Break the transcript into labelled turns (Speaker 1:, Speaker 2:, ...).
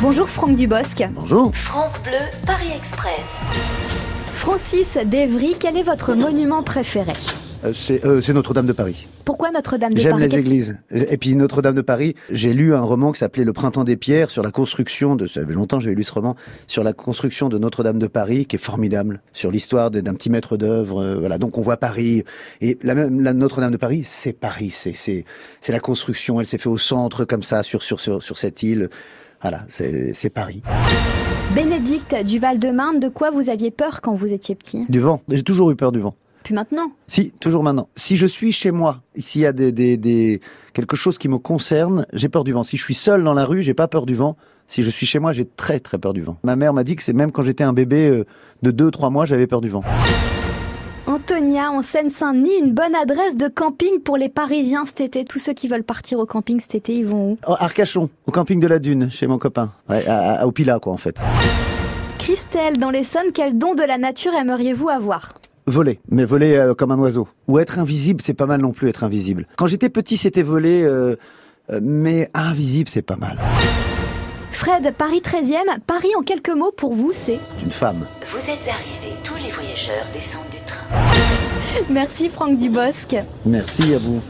Speaker 1: Bonjour Franck Dubosc.
Speaker 2: Bonjour.
Speaker 3: France Bleu, Paris Express.
Speaker 1: Francis d'Evry, quel est votre monument préféré
Speaker 2: Euh, C'est euh, c'est Notre-Dame de Paris.
Speaker 1: Pourquoi Notre-Dame de
Speaker 2: J'aime
Speaker 1: Paris
Speaker 2: les
Speaker 1: Qu'est-ce-
Speaker 2: églises. Et puis Notre-Dame de Paris, j'ai lu un roman qui s'appelait Le Printemps des pierres sur la construction de. Ça fait longtemps que j'avais lu ce roman sur la construction de Notre-Dame de Paris, qui est formidable, sur l'histoire de- d'un petit maître d'œuvre. euh, voilà, donc on voit Paris. Et la, même- la Notre-Dame de Paris, c'est Paris. C'est c'est c'est la construction. Elle s'est faite au centre comme ça, sur sur sur, sur cette île. Voilà, c'est c'est Paris.
Speaker 1: Bénédicte du Val-de-Marne, de quoi vous aviez peur quand vous étiez petit
Speaker 2: Du vent. J'ai toujours eu peur du vent.
Speaker 1: Puis maintenant
Speaker 2: Si, toujours maintenant. Si je suis chez moi, s'il y a des, des, des- quelque chose qui me concerne, j'ai peur du vent. Si je suis seul dans la rue, j'ai pas peur du vent. Si je suis chez moi, j'ai très très peur du vent. Ma mère m'a dit que c'est même quand j'étais un bébé euh, de 2-3 mois, j'avais peur du vent.
Speaker 1: Antonia, en Seine-Saint-Denis, une bonne adresse de camping pour les Parisiens cet été. Tous ceux qui veulent partir au camping cet été, ils vont où
Speaker 2: Oh, Arcachon, au camping de la Dune, chez mon copain. Ouais, à- à- au Pila, quoi, en fait.
Speaker 1: Christelle, dans l'Essonne, quel don de la nature aimeriez-vous avoir
Speaker 2: Voler, mais voler euh, comme un oiseau. Ou être invisible, c'est pas mal non plus être invisible. Quand j'étais petit, c'était voler, euh, euh, mais invisible, c'est pas mal.
Speaker 1: Fred, Paris 13e, Paris en quelques mots pour vous, c'est...
Speaker 2: Une femme.
Speaker 3: Vous êtes arrivés, tous les voyageurs descendent du train.
Speaker 1: Merci Franck Dubosc.
Speaker 2: Merci à vous.